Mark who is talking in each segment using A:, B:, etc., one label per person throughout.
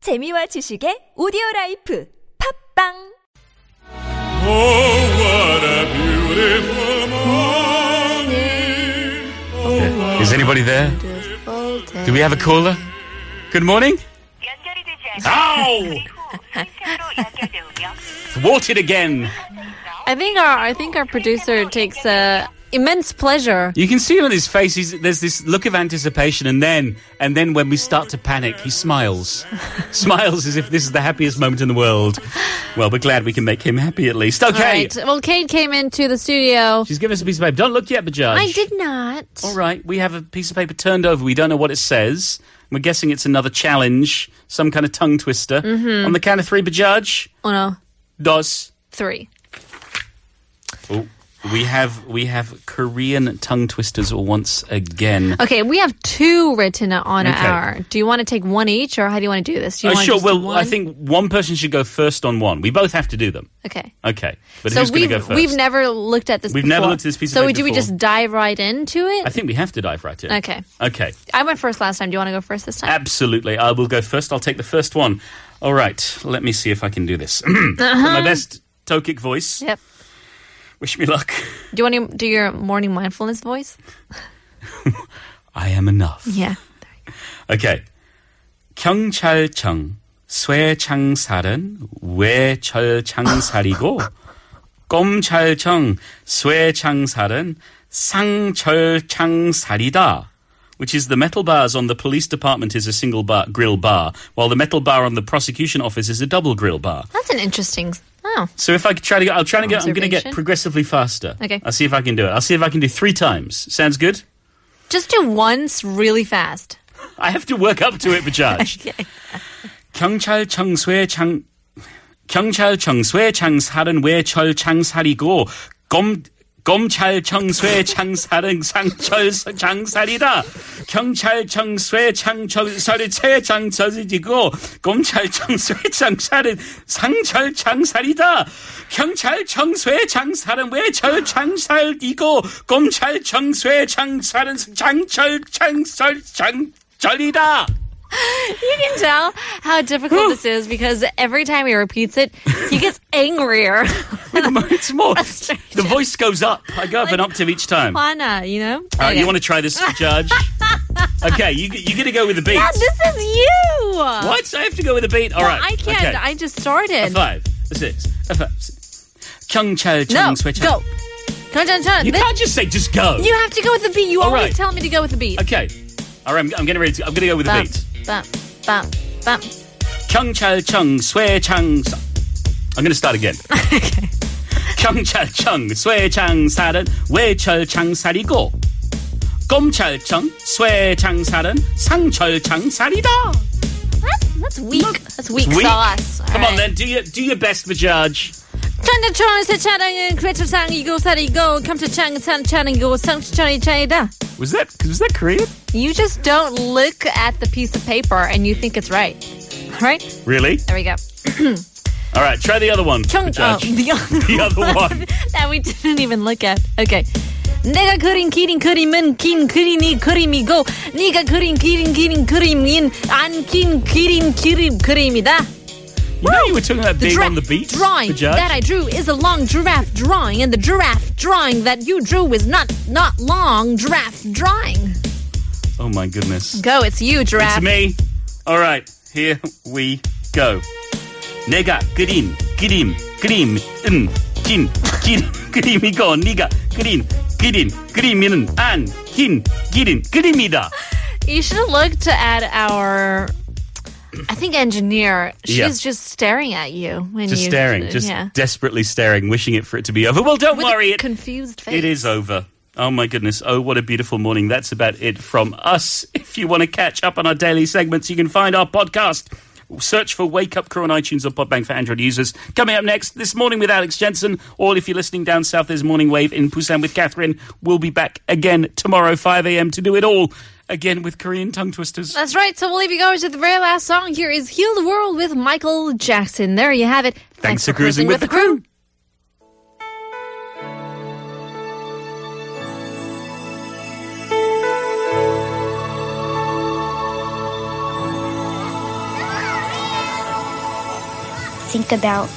A: 재미와 지식의 오디오 라이프 팝빵
B: Oh, what a beautiful morning.
C: Is anybody there? Do we have a caller? Good morning.
D: 연결이 되지
C: Ow! Thwarted again.
E: I think our I think our producer takes uh, immense pleasure.
C: You can see on his face, he's, there's this look of anticipation, and then, and then when we start to panic, he smiles. smiles as if this is the happiest moment in the world. Well, we're glad we can make him happy at least.
E: All
C: Okay.
E: right. Well, Kate came into the studio.
C: She's given us a piece of paper. Don't look yet, Bajaj.
E: I did not.
C: All right, we have a piece of paper turned over. We don't know what it says. We're guessing it's another challenge, some kind of tongue twister.
E: Mm-hmm.
C: On the count of three, Bajaj.
E: Uno,
C: Dos.
E: Oh, three.
C: Oh, we have we have Korean tongue twisters once again.
E: Okay, we have two written on
C: Okay.
E: our. Do you want to take one each, or how do you want to do this? Do you
C: Oh,
E: want
C: sure.
E: just do
C: Well, I
E: one?
C: think one person should go first on one. We both have to do them.
E: Okay.
C: Okay, but
E: so
C: who's going
E: we've
C: to go first?
E: we've never looked at this.
C: We've
E: before.
C: never looked at this piece of
E: So we-
C: paper
E: do we
C: before.
E: just dive right into it?
C: I think we have to dive right in.
E: Okay.
C: Okay.
E: I went first last time. Do you want to go first this
C: Uh,
E: time?
C: Absolutely. I will go first. I'll take the first one. All right. Let me see if I can do this. My
E: Uh-huh.
C: best Tokic voice.
E: Yep.
C: Wish me luck.
E: Do you want to do your morning mindfulness voice?
C: I am enough.
E: Yeah.
C: Okay. 경찰청 쇠창살은 왜 철창살이고 검찰청 쇠창살은 상철창살이다. Which is the metal bars on the police department is a single bar, grill bar, while the metal bar on the prosecution office is a double grill bar.
E: That's an interesting. Oh.
C: So if I could try to, get, I'll try to get. I'm going to get
E: Observation.
C: progressively faster.
E: Okay.
C: I'll see if I can do it. I'll see if I can do three times. Sounds good.
E: Just do once really fast.
C: I have to work up to it, Bajaj. 경찰 청수의 장 경찰 청수의 장살은 왜철 장살이고 검 검찰 청수의 장살은 상철 장살이다. 경찰 청수의 장철살이 최장철이고 검찰 청수의 장살은 상철 장살이다. 경찰 청수의 장살은 왜철 장살이고 검찰 청수의 장살은 장철 장설 장절이다.
E: can tell how difficult this is because every time he repeats it, he gets angrier.
C: it's more.
E: Frustration.
C: 그 뭐. The voice goes up. I go up and octave each time. Uh,
E: Juana, you know?
C: You want to try this, Judge? okay, you, you're going to go with the beat.
E: yeah, Ah, this is you!
C: what? I have to go with the beat? All
E: No,
C: right.
E: I can't.
C: Okay.
E: I just
C: a
E: started.
C: five, a six, a five. 경찰
E: No,
C: 청소의 장-
E: go. Come on,
C: You can't just say just go.
E: You have to go with the beat. You
C: All
E: always
C: right.
E: tell me to go with the beat.
C: Okay. All right, I'm, I'm getting ready to. I'm going to go with the
E: Bump,
C: beat.
E: bump, bump, bump.
C: 경찰 청소의 장사. I'm going to start again.
E: okay.
C: 경찰청 쇠장살은 외철장살이고 검찰청 쇠장살은 상철장살이다.
E: That's, that's weak. That's weak,
C: Weak.
E: sauce. All
C: Come on
E: right.
C: then, do your do your best, the judge.
E: Chanda chong se charang krecha chang ego sari go come to chang san charang go sang chari chai da.
C: Was that was that Korean?
E: You just don't look at the piece of paper and you think it's right. All right?
C: Really?
E: There we go.
C: All right, try the other one.
E: Chung-
C: the
E: oh,
C: judge.
E: the other,
C: The other one.
E: that we didn't even look at. Okay. 내가 그린 그림 그림은 긴 그림이 그림이고 네가 그린 그림 그림 그림인 안긴 그림 그림 그림이다.
C: You know you were talking about being
E: dra-
C: on the beat,
E: drawing
C: the judge.
E: that I drew is a long giraffe drawing, and the giraffe drawing that you drew is not not long giraffe drawing.
C: oh my goodness.
E: Go, it's you, giraffe.
C: It's me. All right, here we go. 내가 그린 그림 그림은 긴 길, 그림이고 네가 그린 그린 그림이는 안긴 기린 그림이다.
E: You should have looked at our. I think engineer. She's
C: Yeah.
E: just staring at you when
C: Just
E: you.
C: staring, just
E: yeah.
C: desperately staring, wishing it for it to be over. Well, don't
E: With
C: worry,
E: a
C: it,
E: confused face.
C: it is over. Oh my goodness. Oh, what a beautiful morning. That's about it from us. If you want to catch up on our daily segments, you can find our podcast. Search for Wake Up Crew on iTunes or Podbang for Android users. Coming up next, This Morning with Alex Jensen. Or if you're listening down south, there's Morning Wave in Busan with Catherine. We'll be back again tomorrow, 5 a.m., to do it all again with Korean tongue twisters.
E: That's right. So we'll leave you guys with the very last song. Here is "Heal the World" with Michael Jackson. There you have it.
C: Thanks for cruising with the crew.
D: Mommy! think about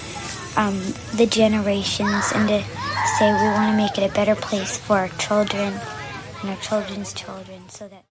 D: um, the generations and to say we want to make it a better place for our children and our children's children so that.